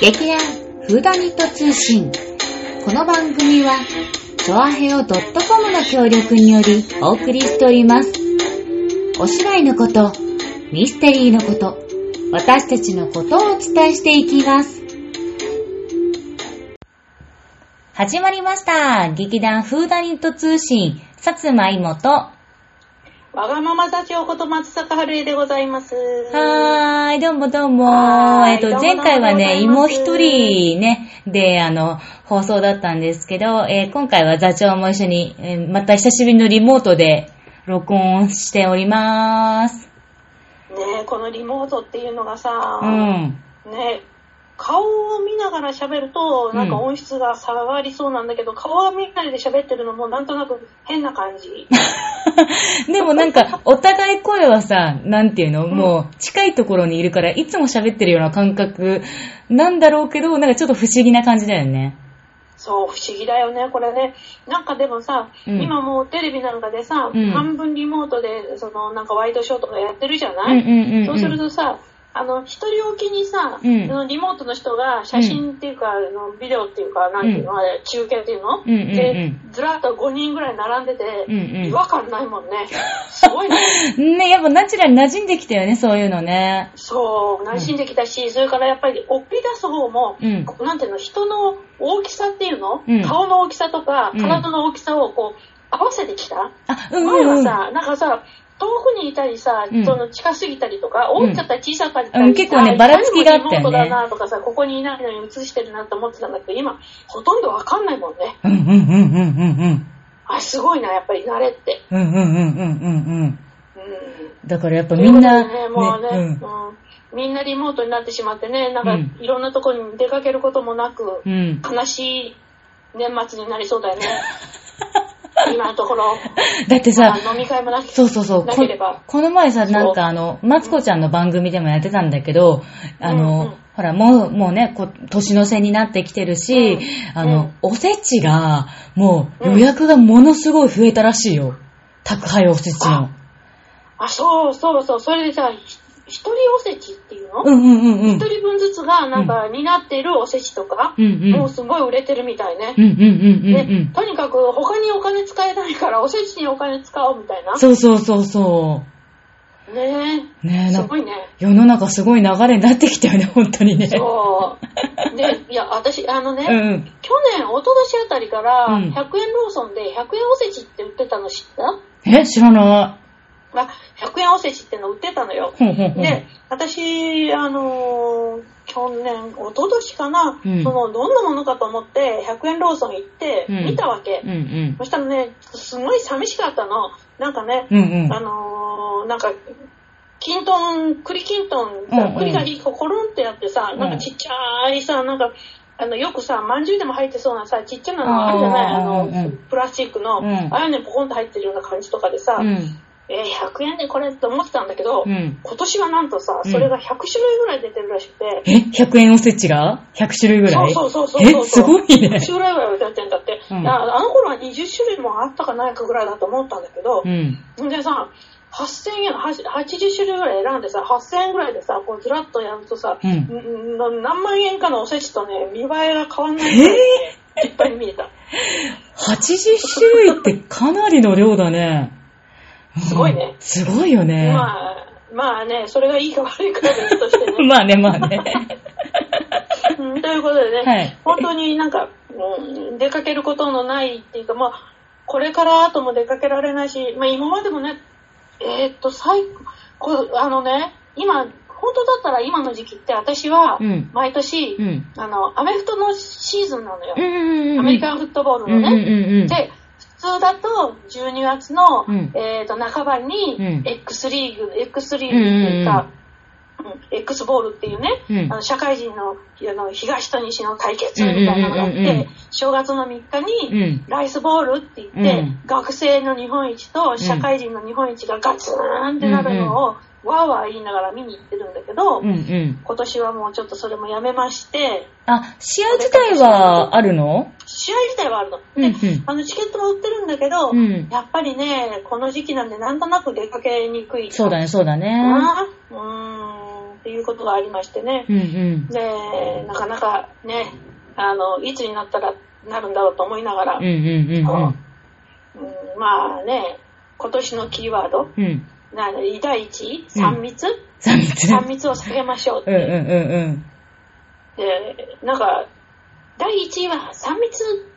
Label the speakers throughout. Speaker 1: 劇団フーダニット通信。この番組は、チョアヘオ .com の協力によりお送りしております。お芝居のこと、ミステリーのこと、私たちのことをお伝えしていきます。始まりました。劇団フーダニット通信、さつまいもと、は
Speaker 2: わがまま座長こと松坂春恵でございます。
Speaker 1: ーい、どうもどうも。
Speaker 2: はーい
Speaker 1: えっと、
Speaker 2: どうもど
Speaker 1: 前
Speaker 2: うも
Speaker 1: 回はね、
Speaker 2: どうも
Speaker 1: 芋
Speaker 2: ございます
Speaker 1: 一人ね、で、あの、放送だったんですけど、えー今回は座長も一緒に、えーまた久しぶりのリモートで録音しております。
Speaker 2: ねえこのリモートっていうのがさ、
Speaker 1: うん。
Speaker 2: ねえ顔を見ながら喋ると、なんか
Speaker 1: うん
Speaker 2: 音質が下がりそうなんだけど、顔は見ないで喋ってるのもなんとなく変な感 じ。
Speaker 1: でもなんか、お互い声はさ、なんていうの、もう、近いところにいるから、いつも喋ってるような感覚なんだろうけど、なんかちょっと不思議な感じだよね。
Speaker 2: そう、不思議だよね、これね。なんかでもさ、
Speaker 1: うん
Speaker 2: 今もうテレビなんかでさ、
Speaker 1: うん
Speaker 2: 半分リモートで、その、なんかワイドショーとかやってるじゃ
Speaker 1: う
Speaker 2: なんい、
Speaker 1: うんうん、うん。
Speaker 2: そうするとさ、あの、一人置きにさ、
Speaker 1: うん
Speaker 2: そのリモートの人が写真っていうか、あのビデオっていうか、なんていうの、あれ中継っていうの、
Speaker 1: うんうんうん
Speaker 2: で、ずらっと5人ぐらい並んでて、
Speaker 1: うんうん
Speaker 2: 違和感ないもんね。すご いね。
Speaker 1: ね、やっぱナチュラルに馴染んできたよね、そういうのね。
Speaker 2: そう、馴染んできたし、それからやっぱり、おっぴり出す方も、
Speaker 1: うん
Speaker 2: なんていうの、人の大きさっていうの、
Speaker 1: うん
Speaker 2: 顔の大きさとか、
Speaker 1: うん
Speaker 2: 体の大きさをこう、合わせてきた、
Speaker 1: あ、うん
Speaker 2: 前
Speaker 1: うん、う
Speaker 2: は
Speaker 1: ん。
Speaker 2: さ、なんかさ、遠くにいたりさ、
Speaker 1: うん
Speaker 2: その近すぎたりとか、
Speaker 1: うん
Speaker 2: 大きかったり小さかったりさ、
Speaker 1: うん結構ねばらつきがあったよね
Speaker 2: いかにもリモートだなとかさ、ここにいないのに映してるなと思ってたんだけど、今、ほとんどわかんないもんね。
Speaker 1: うんうんうんうんうんうん。
Speaker 2: あ、すごいな、やっぱり慣れって。
Speaker 1: うんうんうんうんうんうん。
Speaker 2: うん。
Speaker 1: だからやっぱみんな、
Speaker 2: ということでね、もうね、
Speaker 1: ね
Speaker 2: うんみんなリモートになってしまってね、な
Speaker 1: う
Speaker 2: んか
Speaker 1: ん
Speaker 2: いろんなとこに出かけることもなく、
Speaker 1: うん。うん
Speaker 2: 悲しい年末になりそうだよね。今のところ、
Speaker 1: だってさ、
Speaker 2: まあ飲み会もなく
Speaker 1: そうそうそう。
Speaker 2: な
Speaker 1: こ
Speaker 2: ければ。
Speaker 1: この前さ、
Speaker 2: そう
Speaker 1: なんかあの、マツコちゃんの番組でもやってたんだけど、あの、
Speaker 2: うんうん
Speaker 1: ほら、もう、もうね、こう年の瀬になってきてるし、
Speaker 2: うん
Speaker 1: あの、
Speaker 2: うん
Speaker 1: おせちが、もう予約がものすごい増えたらしいよ。宅配おせちの。
Speaker 2: あ、そうそうそう、それでさ、ひ一人おせちっていうの
Speaker 1: うんうんうんうん。うん
Speaker 2: 一人分ずつが、なんか、担っているおせちとか、
Speaker 1: うんうん。
Speaker 2: もうすごい売れてるみたいね
Speaker 1: う。んうんうんうんう
Speaker 2: ね
Speaker 1: ん。
Speaker 2: とにかく、他にお金使えないから、おせちにお金使おうみたいな。
Speaker 1: そうそうそうそ
Speaker 2: ね
Speaker 1: う。ね
Speaker 2: え、
Speaker 1: え、
Speaker 2: す
Speaker 1: なん
Speaker 2: ご
Speaker 1: か
Speaker 2: いね。
Speaker 1: 世の中すごい流れになってきたよね、 本当にね。
Speaker 2: そ う。で、いや、私、あのね、
Speaker 1: うんうん。
Speaker 2: 去年、一昨年あたりから、
Speaker 1: うん
Speaker 2: 100円ローソンで100円おせちって売ってたの知った
Speaker 1: え、知らな
Speaker 2: まあ、100円おせちっての売ってたのよ
Speaker 1: い。。ほんほんほん。
Speaker 2: で、私、あのー去年、一昨年かな、
Speaker 1: うん
Speaker 2: その、どんなものかと思って、100円ローソン行って、
Speaker 1: うん
Speaker 2: 見たわけ。
Speaker 1: うんうん。
Speaker 2: そしたらね、すごい寂しかったの。なんかね、
Speaker 1: うんうん。
Speaker 2: あのーなんか、きんとん、栗きんとん
Speaker 1: うんう
Speaker 2: さ
Speaker 1: ん、
Speaker 2: 栗がいいココロンってやってさ、なん
Speaker 1: うん
Speaker 2: かちっちゃいさ、なんか、あの、よくさ、まんじゅうでも入ってそうなさ、ちっちゃなのあるじゃないあ
Speaker 1: うんうんうん
Speaker 2: の、プラスチックの、
Speaker 1: うん
Speaker 2: ああいうのにポコンと入ってるような感じとかでさ、
Speaker 1: うん。
Speaker 2: えー100円でこれって思ってたんだけど、
Speaker 1: うん。
Speaker 2: 今年はなんとさ、
Speaker 1: うん
Speaker 2: それが100種類ぐらい出てるらしくて、
Speaker 1: え ?100 円おせちが ?100 種類ぐらい
Speaker 2: そうそうそうそうそう
Speaker 1: え、すごいね
Speaker 2: 100。種類ぐらい出てるんだって、
Speaker 1: うん
Speaker 2: ああの頃は20種類もあったかないかぐらいだと思ったんだけど、
Speaker 1: うん。
Speaker 2: んでさ、8000円、はし80種類ぐらい選んでさ、8000円ぐらいでさ、こうずらっとやるとさ、
Speaker 1: うん
Speaker 2: んの何万円かのおせちとね、見栄えが変わんないぐらい、いっぱいに見えた。
Speaker 1: 80種類ってかなりの量だね。うん
Speaker 2: すごいね。
Speaker 1: すごいよね。ま
Speaker 2: まあ、まあね、それがいいか悪いかは別として ね。
Speaker 1: あね、まあ ね。
Speaker 2: うんということでね、
Speaker 1: はい
Speaker 2: 本当になんか、うん出かけることのないっていうか、まあ、これから後も出かけられないし、まあ今までもね、えーっと、最こあのね、今、本当だったら今の時期って私は
Speaker 1: うん、
Speaker 2: 毎年、
Speaker 1: うん。
Speaker 2: あの、アメフトのシーズンなのよ
Speaker 1: うん。うんうん。
Speaker 2: アメリカンフットボー
Speaker 1: う
Speaker 2: ル
Speaker 1: んうん
Speaker 2: のね。
Speaker 1: うん
Speaker 2: で、普通だと12月の、
Speaker 1: うん
Speaker 2: えー、と半ばに
Speaker 1: うん
Speaker 2: X リーグ、X リーグっていうか、うん X ボールっていうね、
Speaker 1: うん
Speaker 2: あの社会人のあの東と西の対決みたいなのがあって、
Speaker 1: うんうんうんうん
Speaker 2: 正月の3日
Speaker 1: う
Speaker 2: に、
Speaker 1: ん。
Speaker 2: ライスボールって言って、
Speaker 1: うん
Speaker 2: 学生の日本一と社会人の日本一がガツーンってなるのを、わーわー言いながら見に行ってるんだけど、
Speaker 1: うんうん。
Speaker 2: 今年はもうちょっとそれもやめまして、
Speaker 1: あ、試合自体はあるの
Speaker 2: 試合自体はあるの。
Speaker 1: うんうん。
Speaker 2: あのチケットも売ってるんだけど、
Speaker 1: うん
Speaker 2: やっぱりね、この時期なんでなんとなく出かけにくい。
Speaker 1: そうだね、そうだね。
Speaker 2: な。うーん。っていうことがありましてね。
Speaker 1: うんうん。
Speaker 2: で、なかなかね、あの、いつになったらなるんだろうと思いながら、
Speaker 1: う
Speaker 2: うんん
Speaker 1: うんうんうん。
Speaker 2: まあね、今年のキーワード、
Speaker 1: うん。
Speaker 2: な偉大一、三密、
Speaker 1: 三密。
Speaker 2: 三密を避けましょうって
Speaker 1: うんうんうん
Speaker 2: で、なんか、第1位は3密、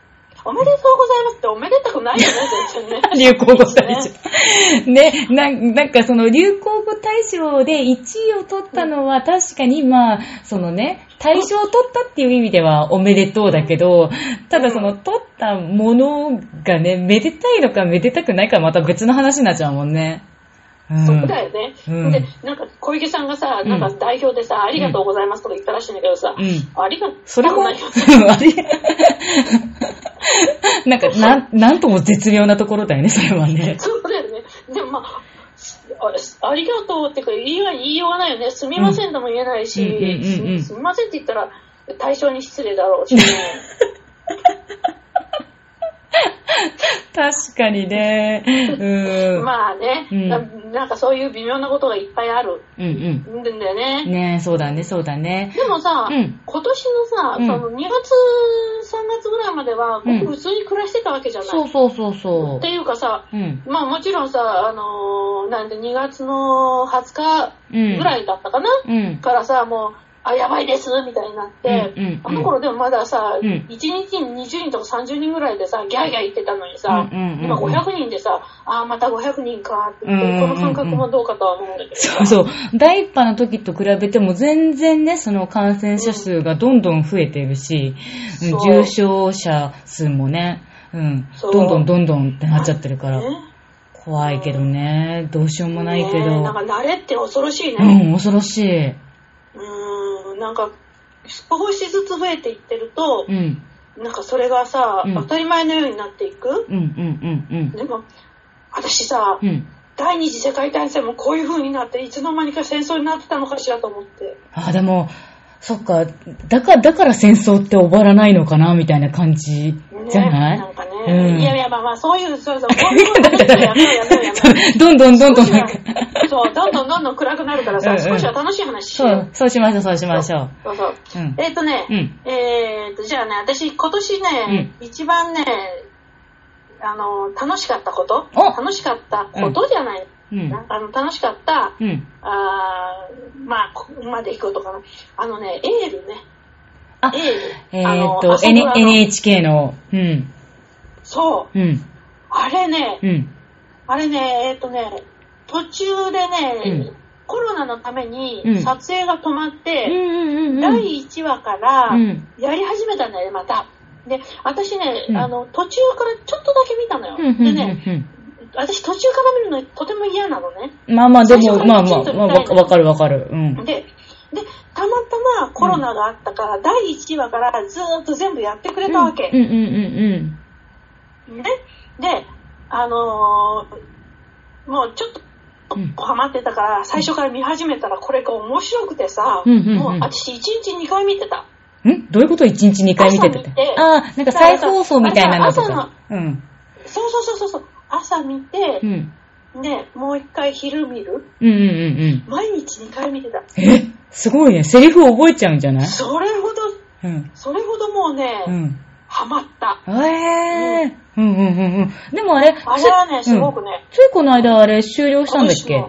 Speaker 2: おめでとうございますって、おめでた くないよね、全然
Speaker 1: うん。
Speaker 2: ね。
Speaker 1: 流行語大賞。ね、な、なんかその流行語大賞で1位を取ったのは確かにまあ、そのね、大賞を取ったっていう意味ではおめでとうだけど、ただその取ったものがね、めでたいのかめでたくないかはまた別の話になっちゃうもんね。うん。
Speaker 2: そこだよね。
Speaker 1: うん
Speaker 2: で、なんか小池さんがさ、
Speaker 1: うん
Speaker 2: なんか代表でさ、ありがとうございますとか言ったらしいんだけどさ、
Speaker 1: うん。
Speaker 2: ありがとう
Speaker 1: それも、
Speaker 2: な
Speaker 1: あ
Speaker 2: いよ
Speaker 1: れ、なん か、なん、なんとも絶妙なところだよね、それはね。
Speaker 2: そうだよね。でもまあ、あありがとうってか言いよう言いようがないよね。すみませんとも言えないし、
Speaker 1: うんうんうんうん
Speaker 2: すすみませんって言ったら対象に失礼だろうしね。
Speaker 1: 確かにね。 うん。
Speaker 2: まあね、
Speaker 1: うん
Speaker 2: な、なんかそういう微妙なことがいっぱいある
Speaker 1: うん
Speaker 2: んだよね
Speaker 1: うん。ねえ、そうだね、そうだね。
Speaker 2: でもさ、
Speaker 1: うん
Speaker 2: 今年のさ、
Speaker 1: うん
Speaker 2: その2月、3月ぐらいまでは、
Speaker 1: うん
Speaker 2: 僕普通に暮らしてたわけじゃない。
Speaker 1: そうそうそうそ
Speaker 2: っていうかさ、
Speaker 1: う。うん。
Speaker 2: まあもちろんさ、あのーなんで2月の20
Speaker 1: うん。
Speaker 2: 日ぐらいだったかな、
Speaker 1: うん。
Speaker 2: からさ、もう、あ、やばいです、みたいになって、
Speaker 1: うんうんうん
Speaker 2: あの頃でもまださ、
Speaker 1: うん
Speaker 2: 1日に20人とか30人ぐらいでさ、ギャーギャー言ってたのにさ、
Speaker 1: うんうんうんうん
Speaker 2: 今500人でさ、あーまた500人かって言って、
Speaker 1: うんうんうんうん
Speaker 2: この感覚もどうかとは思うんだけどさ。
Speaker 1: そうそう。第一波の時と比べても全然ね、その感染者数がどんどん増えてるし、うん
Speaker 2: そう
Speaker 1: 重症者数もね、うん、
Speaker 2: そう
Speaker 1: どんどんどんどんってなっちゃってるから。
Speaker 2: ね
Speaker 1: 怖いけどね。どうしようもないけ
Speaker 2: ねえな
Speaker 1: ど。
Speaker 2: んか慣れって恐ろしいね。
Speaker 1: うん、恐ろしい。
Speaker 2: うーんなんか少しずつ増えていってると
Speaker 1: う、ん、
Speaker 2: なんかそれがさ、
Speaker 1: うん
Speaker 2: 当たり前のようになっていく
Speaker 1: うん、うん、うん、
Speaker 2: でも私さ、
Speaker 1: うん。うん。
Speaker 2: 第二次世界大戦もこういう風になっていつの間にか戦争になってたのかしらと思って
Speaker 1: あ、でも、そっか、だから、だから戦争って終わらないのかな、みたいな感じじゃない、
Speaker 2: ね、 なんかね、
Speaker 1: うん
Speaker 2: いやいやまあまあそういうそ うそう
Speaker 1: だってだ
Speaker 2: やめようやめようやめよう
Speaker 1: ってどんどんどんどんなんか、
Speaker 2: そうどんどんどんどん暗くなるからさ、
Speaker 1: うんうん
Speaker 2: 少しは楽しい話し
Speaker 1: そ
Speaker 2: よ
Speaker 1: う、そうしましょう、そうしましょう。
Speaker 2: そうそう
Speaker 1: うん。
Speaker 2: えっ、とね、
Speaker 1: うん
Speaker 2: えっ、と、じゃあね、私今年ね、一番ね、あの、楽しかったこと
Speaker 1: お
Speaker 2: 楽しかったことじゃない、
Speaker 1: うん。
Speaker 2: あの、楽しかった、
Speaker 1: うん。
Speaker 2: あーまあ、ここまで行こうとかな。あのね、エールね。
Speaker 1: あ
Speaker 2: エール。
Speaker 1: え
Speaker 2: あの
Speaker 1: ーっ
Speaker 2: あ
Speaker 1: と、
Speaker 2: そこ
Speaker 1: N-
Speaker 2: あの
Speaker 1: NHK の、うん、
Speaker 2: そ
Speaker 1: う
Speaker 2: う。
Speaker 1: ん、
Speaker 2: あれね、
Speaker 1: うん。
Speaker 2: あれね、えっ、とね、途中でね、
Speaker 1: うん
Speaker 2: コロナのために
Speaker 1: うん
Speaker 2: 撮影が止まっ
Speaker 1: うん、
Speaker 2: て、
Speaker 1: うん、うん。
Speaker 2: 第1話から、
Speaker 1: うん
Speaker 2: やり始めたんだよね、また。で、私ね、
Speaker 1: うん
Speaker 2: あの、途中からちょっとだけ見たのよ。
Speaker 1: うん、うん、
Speaker 2: で
Speaker 1: うん
Speaker 2: ね、私途中から見るのとても嫌なのね。
Speaker 1: うん。まあまあ、で
Speaker 2: 最初
Speaker 1: も、
Speaker 2: から
Speaker 1: まあ
Speaker 2: きち
Speaker 1: ま
Speaker 2: ん
Speaker 1: あ、
Speaker 2: と
Speaker 1: まあ、
Speaker 2: 見たい
Speaker 1: わわかるわかる。うん。
Speaker 2: で、で、たまたまコロナがあったから、第1話からずーっと全部やってくれたわけ。
Speaker 1: うん、うん、うん、
Speaker 2: ね。で、あのーもうちょっと、
Speaker 1: うん。うん
Speaker 2: ハマってたから、最初から見始めたら、これが面白くてさ、
Speaker 1: うんうんうん
Speaker 2: もう私1日2回見てた。
Speaker 1: んどういうこと一日2回見てたって
Speaker 2: 朝見て
Speaker 1: ああ、なんか再放送みたいなのと
Speaker 2: 朝の
Speaker 1: か。うん。
Speaker 2: そうそうそうそうそう。朝見て
Speaker 1: う、ん。
Speaker 2: で、もう1回昼見る。
Speaker 1: うんうんうんうん。
Speaker 2: 毎日2回見てた。
Speaker 1: えすごいね。セリフ覚えちゃうんじゃない
Speaker 2: それほど、
Speaker 1: うん。
Speaker 2: それほどもうね、
Speaker 1: うん。
Speaker 2: ハマった。
Speaker 1: ええー。うんうんうんうん。でもあれ、
Speaker 2: あれはね、
Speaker 1: つい
Speaker 2: すごくね、
Speaker 1: ついこの間あれ終了したんだっけ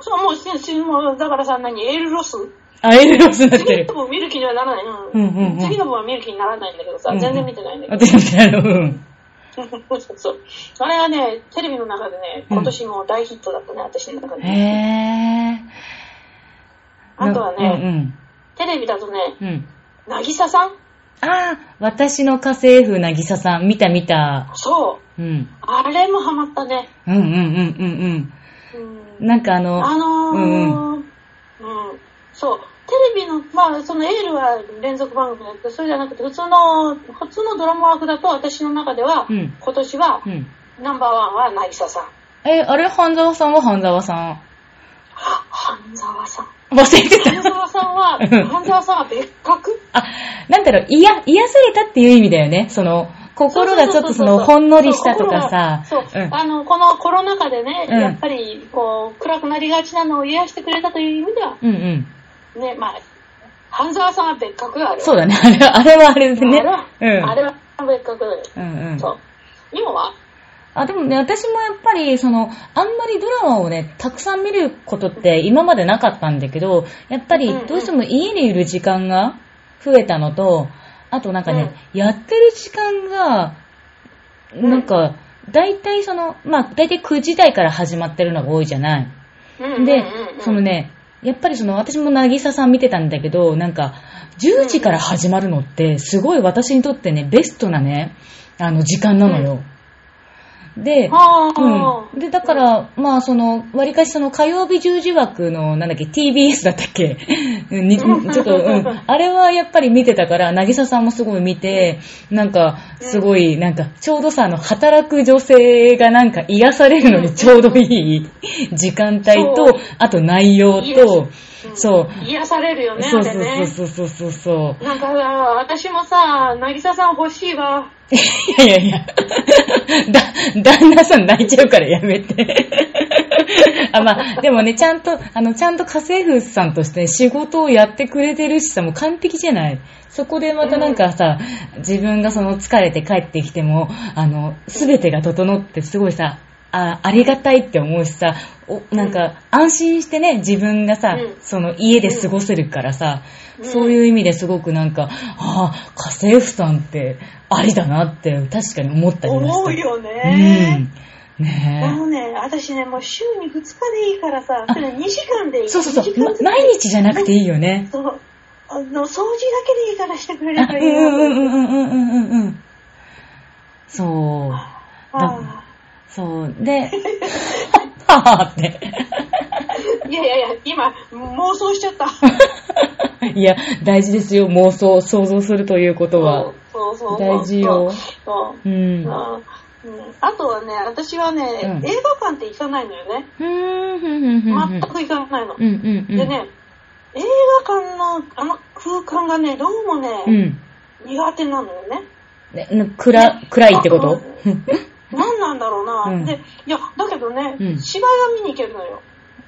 Speaker 2: そう、もうし、しもうだからさ、何、エールロス
Speaker 1: あ、エルロスにな って
Speaker 2: 次
Speaker 1: る
Speaker 2: の。分見る気にはならない。う
Speaker 1: うんうんうん
Speaker 2: 次の分は見る気にならないんだけどさ、
Speaker 1: うんうん
Speaker 2: 全然見てないんだけど。
Speaker 1: 私みたいな。うん。
Speaker 2: そうそう。あれはね、テレビの中でね、
Speaker 1: うん
Speaker 2: 今年も大ヒットだったね、私の中で。
Speaker 1: へえー。
Speaker 2: あとはね、
Speaker 1: うん
Speaker 2: テレビだとね、
Speaker 1: うん。うん。
Speaker 2: なぎささん
Speaker 1: ああ、私の家政婦なぎささん。見た見た。
Speaker 2: そう。
Speaker 1: うん。
Speaker 2: あれもハマったね。
Speaker 1: うんうんうんうん
Speaker 2: うん
Speaker 1: うん。なんかあの、
Speaker 2: あのー、
Speaker 1: うん
Speaker 2: うん、そう、テレビの、まあ、そのエールは連続番組だけど、それじゃなくて、普通の、普通のドラマ枠だと、私の中では、
Speaker 1: うん
Speaker 2: 今年は、
Speaker 1: うん。
Speaker 2: ナンバーワンは渚さん。
Speaker 1: え、あれ半沢さんは半沢さ
Speaker 2: あ、半沢さん。
Speaker 1: ん。忘れてた。
Speaker 2: 半沢さんは、
Speaker 1: うん
Speaker 2: 半沢さんは別格
Speaker 1: あ、なんだろう、いや、癒されたっていう意味だよね。その、 心がちょっとその、ほんのりしたとかさ。
Speaker 2: そう、心が
Speaker 1: うん
Speaker 2: そうあの、このコロナ禍でね、
Speaker 1: うん
Speaker 2: やっぱり、こう、暗くなりがちなのを癒やしてくれたという意味では、
Speaker 1: うんうん。
Speaker 2: ね、まあ、半沢さんは別格がある。
Speaker 1: そうだね。あれは、あれはあれでね
Speaker 2: あれは。、
Speaker 1: うん。
Speaker 2: あれは別格だよ。
Speaker 1: うんうん。
Speaker 2: そう。今は
Speaker 1: あ、でもね、私もやっぱり、その、あんまりドラマをね、たくさん見ることって今までなかったんだけど、やっぱり
Speaker 2: うんうん
Speaker 1: どうしても家にいる時間が増えたのと、あとなんかね、やってる時間が、
Speaker 2: うん
Speaker 1: なんか、大体その、まあ、大体9時台から始まってるのが多いじゃない。
Speaker 2: うんうんうん
Speaker 1: で
Speaker 2: う、ん
Speaker 1: その、ね、やっぱりその私も渚さん見てたんだけど、なんか、10時から始まるのって、すごい私にとってね、ベストなね、あの、時間なのよ。で、
Speaker 2: ああ、
Speaker 1: うん。で、だから、まあ、その、わりかしその火曜日十字枠の、なんだっけ、TBS だったっけ にちょっと、うん。あれはやっぱり見てたから、なぎささんもすごい見て、なんか、すごい、なんか、ちょうどさ、あの、働く女性がなんか癒されるのにちょうどいい時間帯
Speaker 2: そう
Speaker 1: と、あと内容
Speaker 2: いいです
Speaker 1: と、そう。
Speaker 2: 癒されるよね、
Speaker 1: そう
Speaker 2: あれね。
Speaker 1: そうそうそうそうそう。
Speaker 2: なんかさ、私もさ、なぎささん欲しいわ。
Speaker 1: いやいやいや。だ、旦那さん泣いちゃうからやめて。あ、まあ、でもね、ちゃんと、あの、ちゃんと家政婦さんとして仕事をやってくれてるしさ、もう完璧じゃない。そこでまたなんかさ、自分がその疲れて帰ってきても、あの、すべてが整ってすごいさ、あありがたいって思うしさ、おなんか安心してね、自分がさ、
Speaker 2: うん
Speaker 1: その家で過ごせるからさ、
Speaker 2: うん
Speaker 1: そういう意味ですごくなんか、ああ、家政婦さんってありだなって確かに思ったりもした。
Speaker 2: 思うよね。
Speaker 1: うん。
Speaker 2: あ
Speaker 1: ね
Speaker 2: のね、私ね、もう週に2日でいいからさ、
Speaker 1: あ
Speaker 2: それ2時間でい
Speaker 1: え。
Speaker 2: い。
Speaker 1: そうそうそう、
Speaker 2: 2
Speaker 1: ま
Speaker 2: 時間
Speaker 1: 毎日じゃなくていいよね。
Speaker 2: そう。あの、掃除だけでいいからしてくれれ
Speaker 1: あ
Speaker 2: ば
Speaker 1: う
Speaker 2: い
Speaker 1: ん
Speaker 2: い
Speaker 1: うんう
Speaker 2: よ。
Speaker 1: んうんうんうんうんうん。そう。
Speaker 2: あ
Speaker 1: そう。 で、ははって。
Speaker 2: あいやいやいや、今、妄想しちゃった。
Speaker 1: いや、大事ですよ、妄想、想像するということは。
Speaker 2: そうそうそう。
Speaker 1: 大事よ。
Speaker 2: そう。
Speaker 1: う。
Speaker 2: うんん
Speaker 1: う
Speaker 2: うんあとはね、私はね、
Speaker 1: うん
Speaker 2: 映画館って行かないのよね。
Speaker 1: ーん、ふんふんふんふ
Speaker 2: 全
Speaker 1: ん。
Speaker 2: く行かないの。
Speaker 1: うんうんうん。
Speaker 2: でね、映画館のあの空間がね、どうもね、
Speaker 1: うん。
Speaker 2: 苦手なのよね。
Speaker 1: ねね暗、暗いってこと
Speaker 2: あ 何なんだろうな、
Speaker 1: うん
Speaker 2: で、いや、だけどね、
Speaker 1: うん
Speaker 2: 芝居は見に行けるのよ。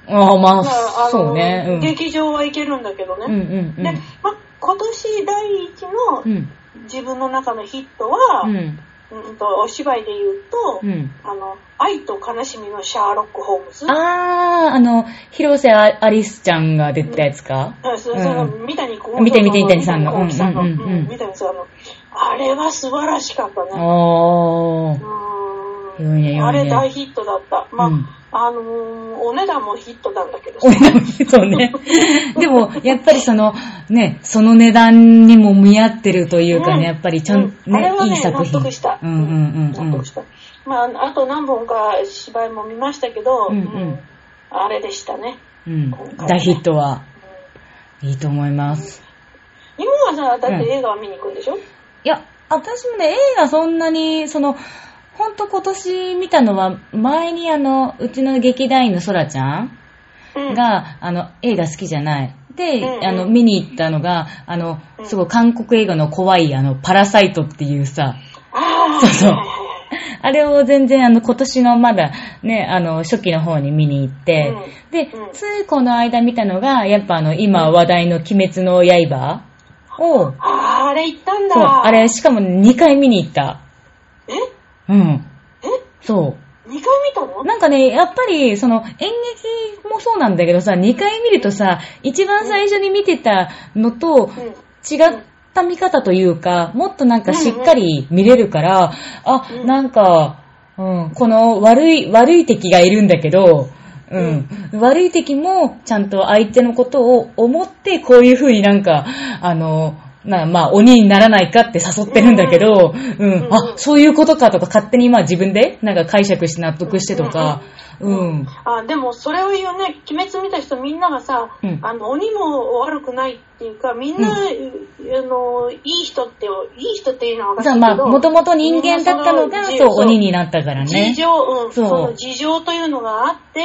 Speaker 1: ああ、ま
Speaker 2: だから
Speaker 1: あ、そうね。うん。
Speaker 2: 劇場は行けるんだけど
Speaker 1: うん
Speaker 2: ね。
Speaker 1: うん
Speaker 2: で、ま、今年第一の
Speaker 1: うん。うん。
Speaker 2: 自分の中のヒットは、
Speaker 1: う
Speaker 2: うん
Speaker 1: ん。
Speaker 2: とお芝居で言うと、
Speaker 1: うん。
Speaker 2: あの、愛と悲しみのシャーロック・ホームズ。
Speaker 1: あー、あの、広瀬アアリスちゃんが出てたやつか
Speaker 2: うんそれその三谷幸喜
Speaker 1: 見て見て三谷さんの
Speaker 2: 三谷幸喜さんの、
Speaker 1: うんうんうんうん
Speaker 2: うん三谷さんの。あれは素晴らしかったね。
Speaker 1: あー。
Speaker 2: う
Speaker 1: 良いね良いね
Speaker 2: ーんあれ大ヒットだった。まあ、
Speaker 1: うん
Speaker 2: あのーお値段もヒットなんだけどさ
Speaker 1: お。値段そう ね。でも、やっぱりその、ね、その値段にも見合ってるというか
Speaker 2: うん
Speaker 1: ね、やっぱりちゃん、
Speaker 2: うんあれ
Speaker 1: ね
Speaker 2: は、ね
Speaker 1: いい作品。
Speaker 2: 納得した
Speaker 1: うんうんうん
Speaker 2: 納
Speaker 1: うん
Speaker 2: 得。した。まあ、あと何本か芝居も見ましたけど、
Speaker 1: うんうん
Speaker 2: あれでしたね。
Speaker 1: うん。大ヒットは、いいと思います。
Speaker 2: 今はさ、だって映画は見に行くんでしょ、
Speaker 1: いや、私もね、映画そんなに、その、ほんと今年見たのは、前にあの、うちの劇団員のそらちゃん
Speaker 2: うん、
Speaker 1: が、あの、映画好きじゃない。で、
Speaker 2: うんうん
Speaker 1: あの、見に行ったのが、あの
Speaker 2: う、ん
Speaker 1: すごい韓国映画の怖い、あの、パラサイトっていうさ、
Speaker 2: ああ、
Speaker 1: そうそう
Speaker 2: はいはいはい
Speaker 1: あれを全然、あの、今年のまだ、ね、あの、初期の方に見に行って、
Speaker 2: うん
Speaker 1: で
Speaker 2: う、ん
Speaker 1: ついこの間見たのが、やっぱあの、今話題の鬼滅の刃を、
Speaker 2: あーあれ行ったんだ。
Speaker 1: そう、あれ、しかも2回見に行った。
Speaker 2: え
Speaker 1: うん。
Speaker 2: え
Speaker 1: そう。
Speaker 2: ?2 回見たの
Speaker 1: なんかね、やっぱり、その、演劇もそうなんだけどさ、2回見るとさ、一番最初に見てたのと、
Speaker 2: うん
Speaker 1: 違った見方というか、もっとなんかしっかり見れるから、あ
Speaker 2: う、ん
Speaker 1: なんか、うん、この悪い、悪い敵がいるんだけど、うん、悪い敵もちゃんと相手のことを思って、こういう風になんか、あの、なまあ、鬼にならないかって誘ってるんだけど、うん、
Speaker 2: うん
Speaker 1: あ、そういうことかとか勝手にまあ自分でなんか解釈して納得してとか、うん、
Speaker 2: あでもそれを言うね、鬼滅見た人みんながさ、
Speaker 1: うん
Speaker 2: あの鬼も悪くないっていうか、みんな、
Speaker 1: うん
Speaker 2: あの、いい人って、いい人っていうのは分
Speaker 1: じゃ
Speaker 2: かっ
Speaker 1: あ
Speaker 2: てる
Speaker 1: ま
Speaker 2: け
Speaker 1: あ、
Speaker 2: ど、
Speaker 1: もともと人間だったのが、
Speaker 2: みんなそ
Speaker 1: そ
Speaker 2: の
Speaker 1: う、
Speaker 2: そう
Speaker 1: 鬼になったから
Speaker 2: 事
Speaker 1: ね。
Speaker 2: 情、うん、
Speaker 1: そう
Speaker 2: その事情というのがあって、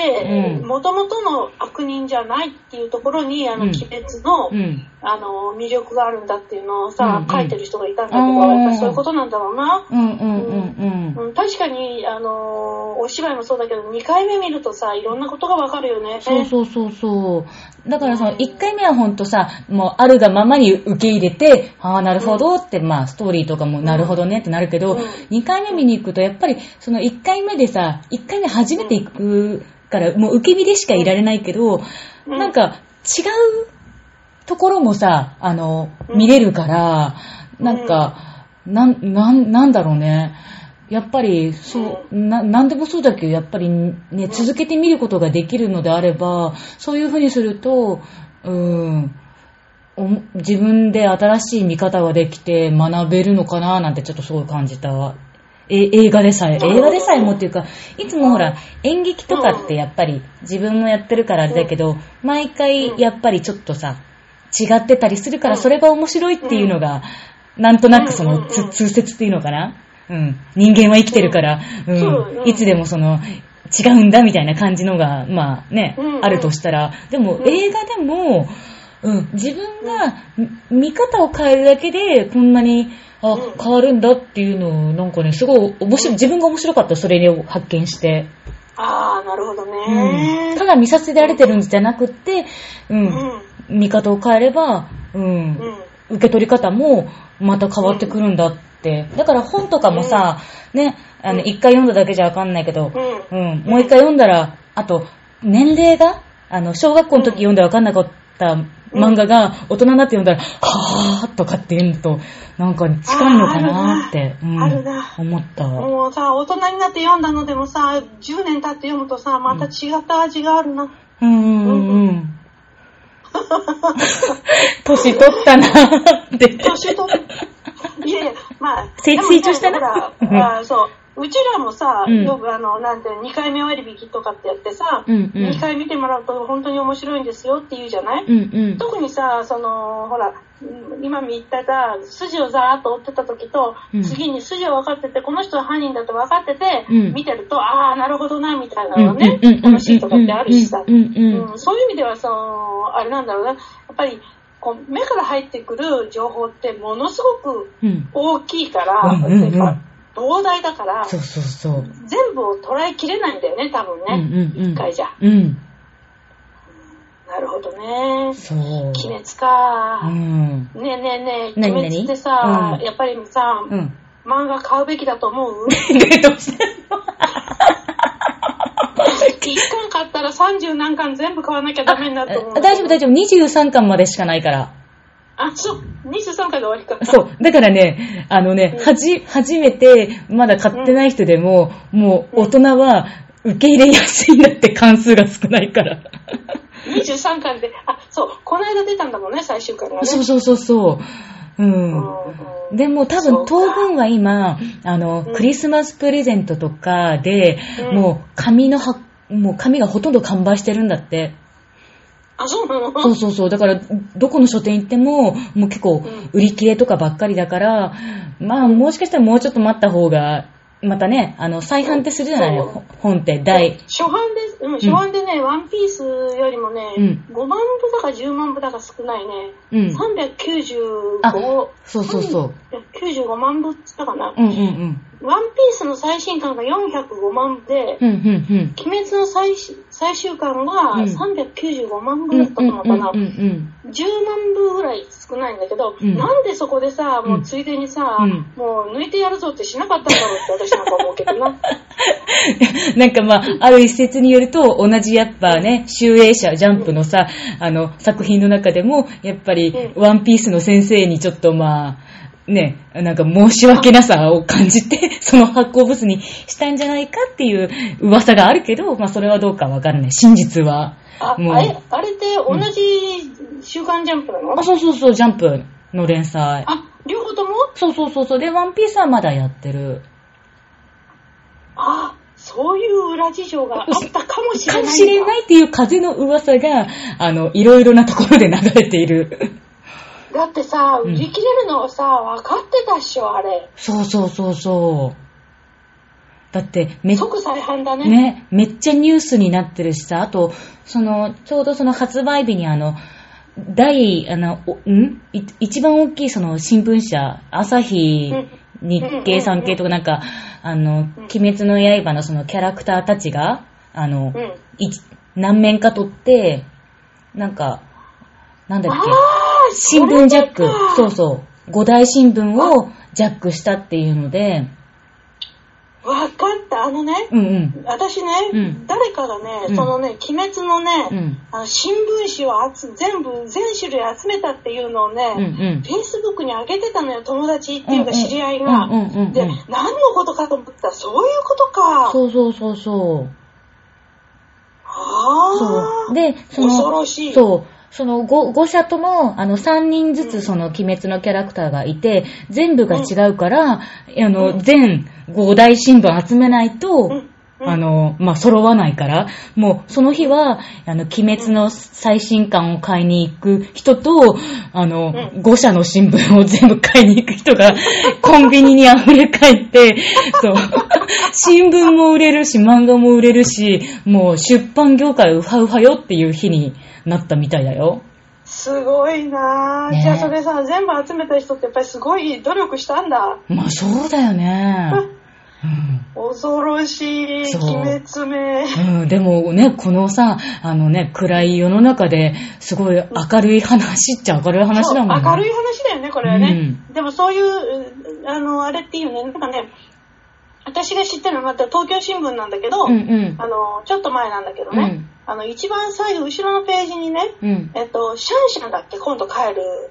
Speaker 1: うん
Speaker 2: 元々の悪人じゃないっていうところに、あの、
Speaker 1: うん
Speaker 2: 鬼滅の、
Speaker 1: うん。
Speaker 2: あの、魅力があるんだっていうのを
Speaker 1: うんう
Speaker 2: さ
Speaker 1: ん、
Speaker 2: 書いてる人がいたんだ
Speaker 1: あ
Speaker 2: けど、
Speaker 1: ー
Speaker 2: やっぱりそういうことなんだろうな。
Speaker 1: うんうんうんうん。
Speaker 2: うん、確かに、あのーお芝居もそうだけど、2回目見るとさ、いろんなことがわかるよね。
Speaker 1: そうそうそうそう。だからその、1回目はほんとさ、もうあるがままに受け入れて、ああ、なるほどって、まあ、ストーリーとかもなるほどねってなるけど
Speaker 2: うん、
Speaker 1: 2回目見に行くと、やっぱり、その1回目でさ、1回目初めて行くから、もう受け身でしかいられないけど、
Speaker 2: うん
Speaker 1: なんか、違うところもさ、あの、
Speaker 2: うん
Speaker 1: 見れるから、なんか、なん、なん、なんだろうね。やっぱり、そう、な、なんでもそうだけど、やっぱりね、続けて見ることができるのであれば、そういうふうにすると、うん、おも自分で新しい見方ができて学べるのかななんてちょっとすごい感じた。え映画でさえ、
Speaker 2: なるほど
Speaker 1: 映画でさえもっていうか、いつもほら、演劇とかってやっぱり自分もやってるからあれだけど、毎回やっぱりちょっとさ、違ってたりするから、
Speaker 2: うん
Speaker 1: それが面白いっていうのが、なんとなくそ
Speaker 2: うん
Speaker 1: の、
Speaker 2: うん
Speaker 1: つ
Speaker 2: うん
Speaker 1: 通説っていうのかなうん。人間は生きてるから、う。
Speaker 2: そううんん
Speaker 1: いつでもその、違うんだみたいな感じのが、まあね
Speaker 2: うんう、ん
Speaker 1: あるとしたら、でも
Speaker 2: うん
Speaker 1: 映画でも、うん、自分がみ見方を変えるだけで、こんなに、あ
Speaker 2: うん、
Speaker 1: 変わるんだっていうのを、なんかね、すごい面白い、自分が面白かった、それを発見して。
Speaker 2: ああ、なるほど
Speaker 1: うん。
Speaker 2: ね
Speaker 1: た。だ見させられてるんじゃなくって、う、
Speaker 2: うんん。
Speaker 1: 見方を変えれば、うん
Speaker 2: う、ん。
Speaker 1: 受け取り方もまた変わってくるんだって。だから本とかもさ、ね、あの、
Speaker 2: うん
Speaker 1: 一回読んだだけじゃわかんないけど、
Speaker 2: うん。
Speaker 1: うん、もう一回読んだら、あと、年齢が、あの、小学校の時読んでわかんなかった漫画が、大人になって読んだら、はぁーとかって言うのと、なんか近いのかなって、う、
Speaker 2: あるなあるなん
Speaker 1: 思った。
Speaker 2: もうさ、大人になって読んだのでもさ、10年経って読むとさ、また違った味があるな。
Speaker 1: うんうんうんうん。年取ったなーって。
Speaker 2: 年取 って。いやいや、まあ、
Speaker 1: 成
Speaker 2: でもさ
Speaker 1: 成長したな
Speaker 2: ほら、あーそう。うちらもさ、
Speaker 1: うん
Speaker 2: よくあの、なんて、2回目割引とかってやってさ、
Speaker 1: うんうん
Speaker 2: 2回見てもらうと本当に面白いんですよって言うじゃない、
Speaker 1: うんうん。
Speaker 2: 特にさ、その、ほら、今見たさ、筋をザーっと追ってた時と、
Speaker 1: うん
Speaker 2: 次に筋を分かってて、この人は犯人だと分かってて、
Speaker 1: うん
Speaker 2: 見てると、ああ、なるほどな、みたいな
Speaker 1: うんう
Speaker 2: の
Speaker 1: ん
Speaker 2: ね、
Speaker 1: うんうんうんうんうん
Speaker 2: 楽しいとかってあるしさ、
Speaker 1: うんうん
Speaker 2: うんそういう意味では、その、あれなんだろうな、やっぱり、こう、目から入ってくる情報ってものすごく
Speaker 1: うん。
Speaker 2: 大きいから、
Speaker 1: うんうんうん
Speaker 2: やっぱ膨大だから、
Speaker 1: そうそうそう。
Speaker 2: 全部を捉えきれないんだよね、多分
Speaker 1: うん
Speaker 2: ね。
Speaker 1: うんうん。
Speaker 2: 一回じゃ。
Speaker 1: うん。
Speaker 2: なるほどね。
Speaker 1: そう。
Speaker 2: 鬼滅か。
Speaker 1: うん。
Speaker 2: ねえねえねえ、
Speaker 1: 何
Speaker 2: 鬼滅って
Speaker 1: 何
Speaker 2: さ、
Speaker 1: うん
Speaker 2: やっぱりさ、
Speaker 1: うん。
Speaker 2: 漫画買うべきだと 思う
Speaker 1: で、どうして
Speaker 2: 一巻買ったら三十何巻全部買わなきゃダメになると思う。
Speaker 1: あ大丈夫大丈夫。23巻までしかないから。
Speaker 2: あ、そう、23回で終わりか。
Speaker 1: そう。だからね、あのね、
Speaker 2: うん
Speaker 1: はじ、初めて、まだ買ってない人でも、もう大人は受け入れやすいんだって関数が少ないから。
Speaker 2: 23巻で、あ、そう、この間出たんだもんね、最終巻がね。
Speaker 1: そうそうそうそう。うん。
Speaker 2: うん
Speaker 1: でも多
Speaker 2: そ
Speaker 1: 分
Speaker 2: うか
Speaker 1: 当分は今、あの、
Speaker 2: うん
Speaker 1: クリスマスプレゼントとかで、
Speaker 2: うん
Speaker 1: もう紙のは、もう紙がほとんど完売してるんだって。
Speaker 2: あ、そうなの
Speaker 1: そうそうそう。だから、どこの書店行っても、もう結構
Speaker 2: うん、
Speaker 1: 売り切れとかばっかりだから、まあ、もしかしたらもうちょっと待った方が、またね、あの、再販ってするじゃないの、
Speaker 2: そ
Speaker 1: ほ本って、大。
Speaker 2: 初版で、うん、初版でね、ワンピースよりもね、
Speaker 1: うん
Speaker 2: 5万部だか10万部だか少ないね。
Speaker 1: うん。あ
Speaker 2: 395、
Speaker 1: そうそうそう。
Speaker 2: 95万部っつったかな。
Speaker 1: うんうんうん。
Speaker 2: ワンピースの最新巻が405万部で、
Speaker 1: うんうん
Speaker 2: 鬼滅の最終最終巻が
Speaker 1: うん
Speaker 2: 395
Speaker 1: う
Speaker 2: 万
Speaker 1: ん。う
Speaker 2: 部
Speaker 1: ん
Speaker 2: だったと思うかな、
Speaker 1: うんうん
Speaker 2: 10万部ぐらい少ないんだけど、
Speaker 1: うん
Speaker 2: なんでそこでさ、もううんついでにさ、
Speaker 1: うん
Speaker 2: もう抜いてやるぞってしなかったんだろうって私なんか思うけど な。
Speaker 1: うん。 なんかまあ、ある一説によると、同じやっぱね、集英社、ジャンプのさ、あの、作品の中でも、やっぱり、
Speaker 2: う
Speaker 1: ワンピースの先生にちょっとまあ、ね、なんか申し訳なさを感じて、 その発行物にしたんじゃないかっていう噂があるけど、まあそれはどうかわからない。真実は。
Speaker 2: あ、
Speaker 1: もう
Speaker 2: あれ、あれって同じ週刊ジャンプなの、
Speaker 1: あ、そうそうそう、ジャンプの連載。
Speaker 2: あ、両方とも
Speaker 1: そうそうそうそう。で、ワンピースはまだやってる。
Speaker 2: あ、そういう裏事情があったかもしれ
Speaker 1: か
Speaker 2: ないんだ。
Speaker 1: もしれないっていう風の噂が、あの、いろいろなところで流れている。
Speaker 2: だってさ、
Speaker 1: うん
Speaker 2: 売り切れるのさ、分かってたっしょ、あれ。
Speaker 1: そうそうそうそう。だって、めっ
Speaker 2: 即再販だね。
Speaker 1: ね、めっちゃニュースになってるしさ、あと、その、ちょうどその発売日にあの、第、あの、おんい一番大きいその新聞社、朝日、日経産経とかなんか、あの、鬼滅の刃のそのキャラクターたちが、あの
Speaker 2: う、ん。
Speaker 1: い何面か撮って、なんか、なんだっ
Speaker 2: ああ
Speaker 1: け、
Speaker 2: ー、
Speaker 1: 新聞ジャック
Speaker 2: それか、
Speaker 1: そうそう、五大新聞をジャックしたっていうので、
Speaker 2: わかった、あのね、
Speaker 1: うんうん、
Speaker 2: 私ね、
Speaker 1: うん
Speaker 2: 誰かがね、
Speaker 1: うん
Speaker 2: そのね、鬼滅のね、
Speaker 1: うん、
Speaker 2: あの新聞紙を集全部、全種類集めたっていうのをね、
Speaker 1: うんうん。
Speaker 2: フェイスブックに上げてたのよ、友達ってい
Speaker 1: う
Speaker 2: うか
Speaker 1: んうん
Speaker 2: 知り合い
Speaker 1: うん
Speaker 2: が。
Speaker 1: うんうんうん
Speaker 2: で、何のことかと思ったら、そういうことか。
Speaker 1: そうそうそうそう。
Speaker 2: あ
Speaker 1: そ
Speaker 2: あ。
Speaker 1: う。で、そ
Speaker 2: 恐ろ
Speaker 1: の、
Speaker 2: しい。
Speaker 1: そう。その 5, 5社とも、あの、3人ず
Speaker 2: う
Speaker 1: つ
Speaker 2: ん
Speaker 1: その鬼滅のキャラクターがいて、全部が違うから、あの、全5大新聞集めないと、
Speaker 2: うん。うん
Speaker 1: あ、の、まあ、揃わないから、もう、その日は、あの、鬼滅の最新刊を買いに行く人と、あの、
Speaker 2: うん
Speaker 1: 5社の新聞を全部買いに行く人 が、コンビニに溢れ返って、そう、新聞も売れるし、漫画も売れるし、もう、出版業界ウハウハよっていう日になったみたいだよ。
Speaker 2: すごいなぁ、
Speaker 1: ねえ
Speaker 2: じゃあそれさ、全部集めた人ってやっぱりすごい努力したんだ。
Speaker 1: まあ、そうだよね。うん
Speaker 2: 恐ろしい、
Speaker 1: そう
Speaker 2: 鬼滅め。
Speaker 1: うん、でもね、このさ、あのね、暗い世の中で、すごい明るい話っちゃ明るい話だもんね。
Speaker 2: そう明るい話だよね、これはね。でもそういう、うあの、あれっていうね、なんかね、私が知ってるのはまた東京新聞なんだけど、
Speaker 1: うんうん。
Speaker 2: あの、ちょっと前なんだけどね、
Speaker 1: うん
Speaker 2: あの、一番最後、後ろのページにね、
Speaker 1: うん。
Speaker 2: えっと、シャンシャンだっけ、今度帰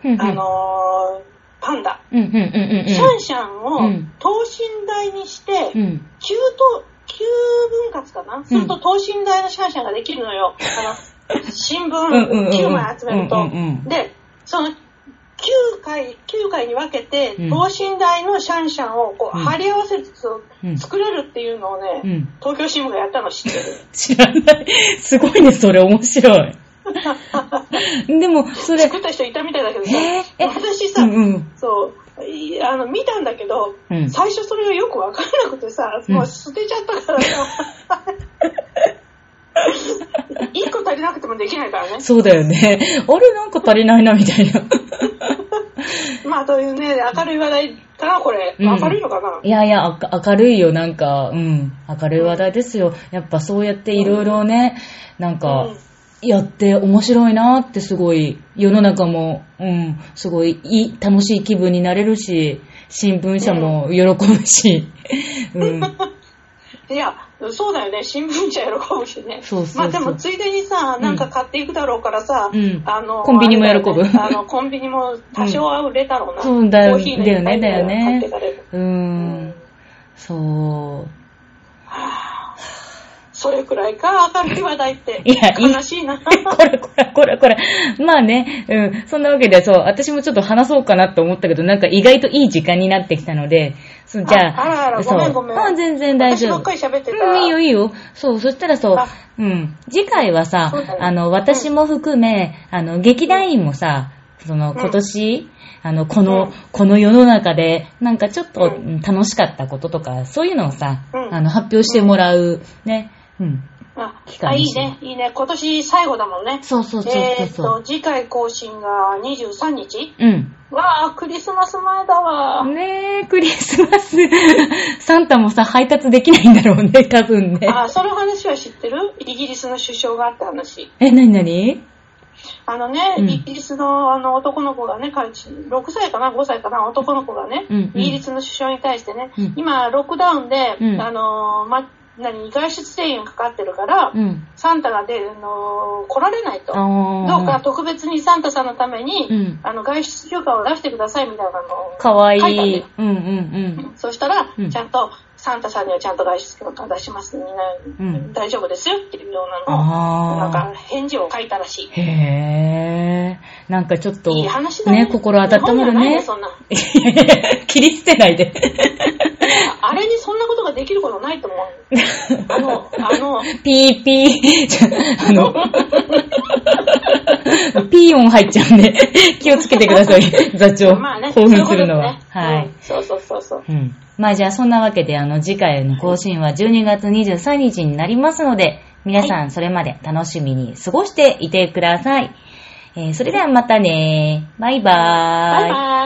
Speaker 1: うんう
Speaker 2: る、
Speaker 1: ん
Speaker 2: あのーパンダ。
Speaker 1: うんうんうんうん
Speaker 2: シャンシャンを
Speaker 1: うん
Speaker 2: 等身大にして、
Speaker 1: うん。うん。
Speaker 2: 急と、急分割かなすると等身大のシャンシャンができるのよ。あ の、新聞
Speaker 1: うんうんうんうん
Speaker 2: 9枚集める
Speaker 1: う
Speaker 2: と
Speaker 1: んうんうん。
Speaker 2: で、その9回、九回に分けて、
Speaker 1: うん
Speaker 2: 等身大のシャンシャンをこう
Speaker 1: うん
Speaker 2: 貼り合わせて
Speaker 1: うん
Speaker 2: 作れるっていうのを
Speaker 1: う
Speaker 2: ね、
Speaker 1: ん。
Speaker 2: 東京新聞がやったの知って る。
Speaker 1: 知らない。すごいね、それ面白い。でも、それ、
Speaker 2: 作った人いたみたいだけどさ
Speaker 1: へーえ
Speaker 2: 私
Speaker 1: う
Speaker 2: さ、
Speaker 1: んうん。
Speaker 2: そう、いあの、見たんだけど、
Speaker 1: うん
Speaker 2: 最初それがよくわからなくてさ、
Speaker 1: うん
Speaker 2: もう捨てちゃったからさ、 一個足りなくてもできないからね。
Speaker 1: そうだよね。あれ、なんか足りないな、みたいな。
Speaker 2: まあ、というね、明るい話題かな、これ。
Speaker 1: うん
Speaker 2: 明るいのかな、
Speaker 1: いやいや、あか明るいよ、なんか、うん。明るい話題ですよ。やっぱそうやっていろいろね、なんか、
Speaker 2: うん
Speaker 1: やって面白いなってすごい、世の中も、うん、すごいいい、楽しい気分になれるし、新聞社も喜ぶし、うん。
Speaker 2: いや、そうだよね、新聞社喜ぶしね。
Speaker 1: そうそうそう
Speaker 2: まあ、でも、ついでにさ、なんか買っていくだろうからさ、
Speaker 1: うん
Speaker 2: あの、
Speaker 1: コンビニも喜ぶ
Speaker 2: あれだよねあの、コンビニも多少は売れたろうな。
Speaker 1: そうだよ
Speaker 2: コーヒーの一杯ぐらいは
Speaker 1: だよね
Speaker 2: 買ってかれる
Speaker 1: うん。そう。
Speaker 2: それくらいか、明るい話題って。
Speaker 1: いやいい
Speaker 2: 悲し いな。
Speaker 1: これこれこれこれ。まあね、うん。そんなわけで、そう、私もちょっと話そうかなと思ったけど、なんか意外といい時間になってきたので、そうじゃあ、
Speaker 2: ああらあら
Speaker 1: そう
Speaker 2: ごめんごめん
Speaker 1: あ全然大丈夫。
Speaker 2: 私ばっかり喋ってた
Speaker 1: うん、いいよいいよ。そう、そしたらそう
Speaker 2: あ、
Speaker 1: うん。次回はさ、
Speaker 2: そうだね
Speaker 1: あの、私も含め、あの、劇団員もさ、その、
Speaker 2: うん
Speaker 1: 今年、あの、この、
Speaker 2: うん
Speaker 1: この世の中で、なんかちょっと、
Speaker 2: うん
Speaker 1: うん楽しかったこととか、そういうのをさ、
Speaker 2: うん
Speaker 1: あの、発表してもらう、ね。うん。
Speaker 2: あ
Speaker 1: 期、間
Speaker 2: あい
Speaker 1: に
Speaker 2: い
Speaker 1: しよう
Speaker 2: ね、いいね。今年最後だもんね。
Speaker 1: そうそうそうそう
Speaker 2: えーっ
Speaker 1: そ
Speaker 2: と
Speaker 1: う。、
Speaker 2: 次回更新が23日
Speaker 1: うん。
Speaker 2: わあ、クリスマス前だわ。
Speaker 1: ねえ、クリスマス。サンタもさ、配達できないんだろうね、多分ね。
Speaker 2: あ、その話は知ってるイギリスの首相があった話。
Speaker 1: え、なになに
Speaker 2: あのね、
Speaker 1: うん
Speaker 2: イギリスのあの男の子がね、彼6歳かな、5歳かな、男の子がね、
Speaker 1: うんうん
Speaker 2: イギリスの首相に対してね、
Speaker 1: うん
Speaker 2: 今、ロックダウンで、
Speaker 1: うん
Speaker 2: あのー、ま、何、外出制限かかってるから、
Speaker 1: うん。
Speaker 2: サンタがで、あのー来られないと。
Speaker 1: ああ。
Speaker 2: どうか特別にサンタさんのために、
Speaker 1: うん
Speaker 2: あの外出許可を出してくださいみたいなのを
Speaker 1: かわい
Speaker 2: 書いたんだ
Speaker 1: い
Speaker 2: よ。
Speaker 1: うんうん
Speaker 2: そしたら、
Speaker 1: うん
Speaker 2: ちゃんとサンタさんにはちゃんと外出許可出しますみんな、
Speaker 1: ん
Speaker 2: 大丈夫ですよっていうような
Speaker 1: あー
Speaker 2: のをなんか返事を書いたらしい
Speaker 1: うん。。へー。なんかちょっと、
Speaker 2: いい話だね。
Speaker 1: 心温まるね
Speaker 2: 日。本にはないよ
Speaker 1: いやいやいや 切り捨てないで。
Speaker 2: そんな。あれにそんなことができることないと思 う。あの、あの、
Speaker 1: ピーピー。あの、ピー音入っちゃうんで、気をつけてください、座長。
Speaker 2: まあね、
Speaker 1: 興奮するのは。
Speaker 2: そういうことですね
Speaker 1: はい。
Speaker 2: うんそうそうそうそう。
Speaker 1: うん。まあじゃあそんなわけで、あの次回の更新は12月23日になりますので、皆さんそれまで楽しみに過ごしていてください。えーそれではまたね。バイバー
Speaker 2: バイバイ。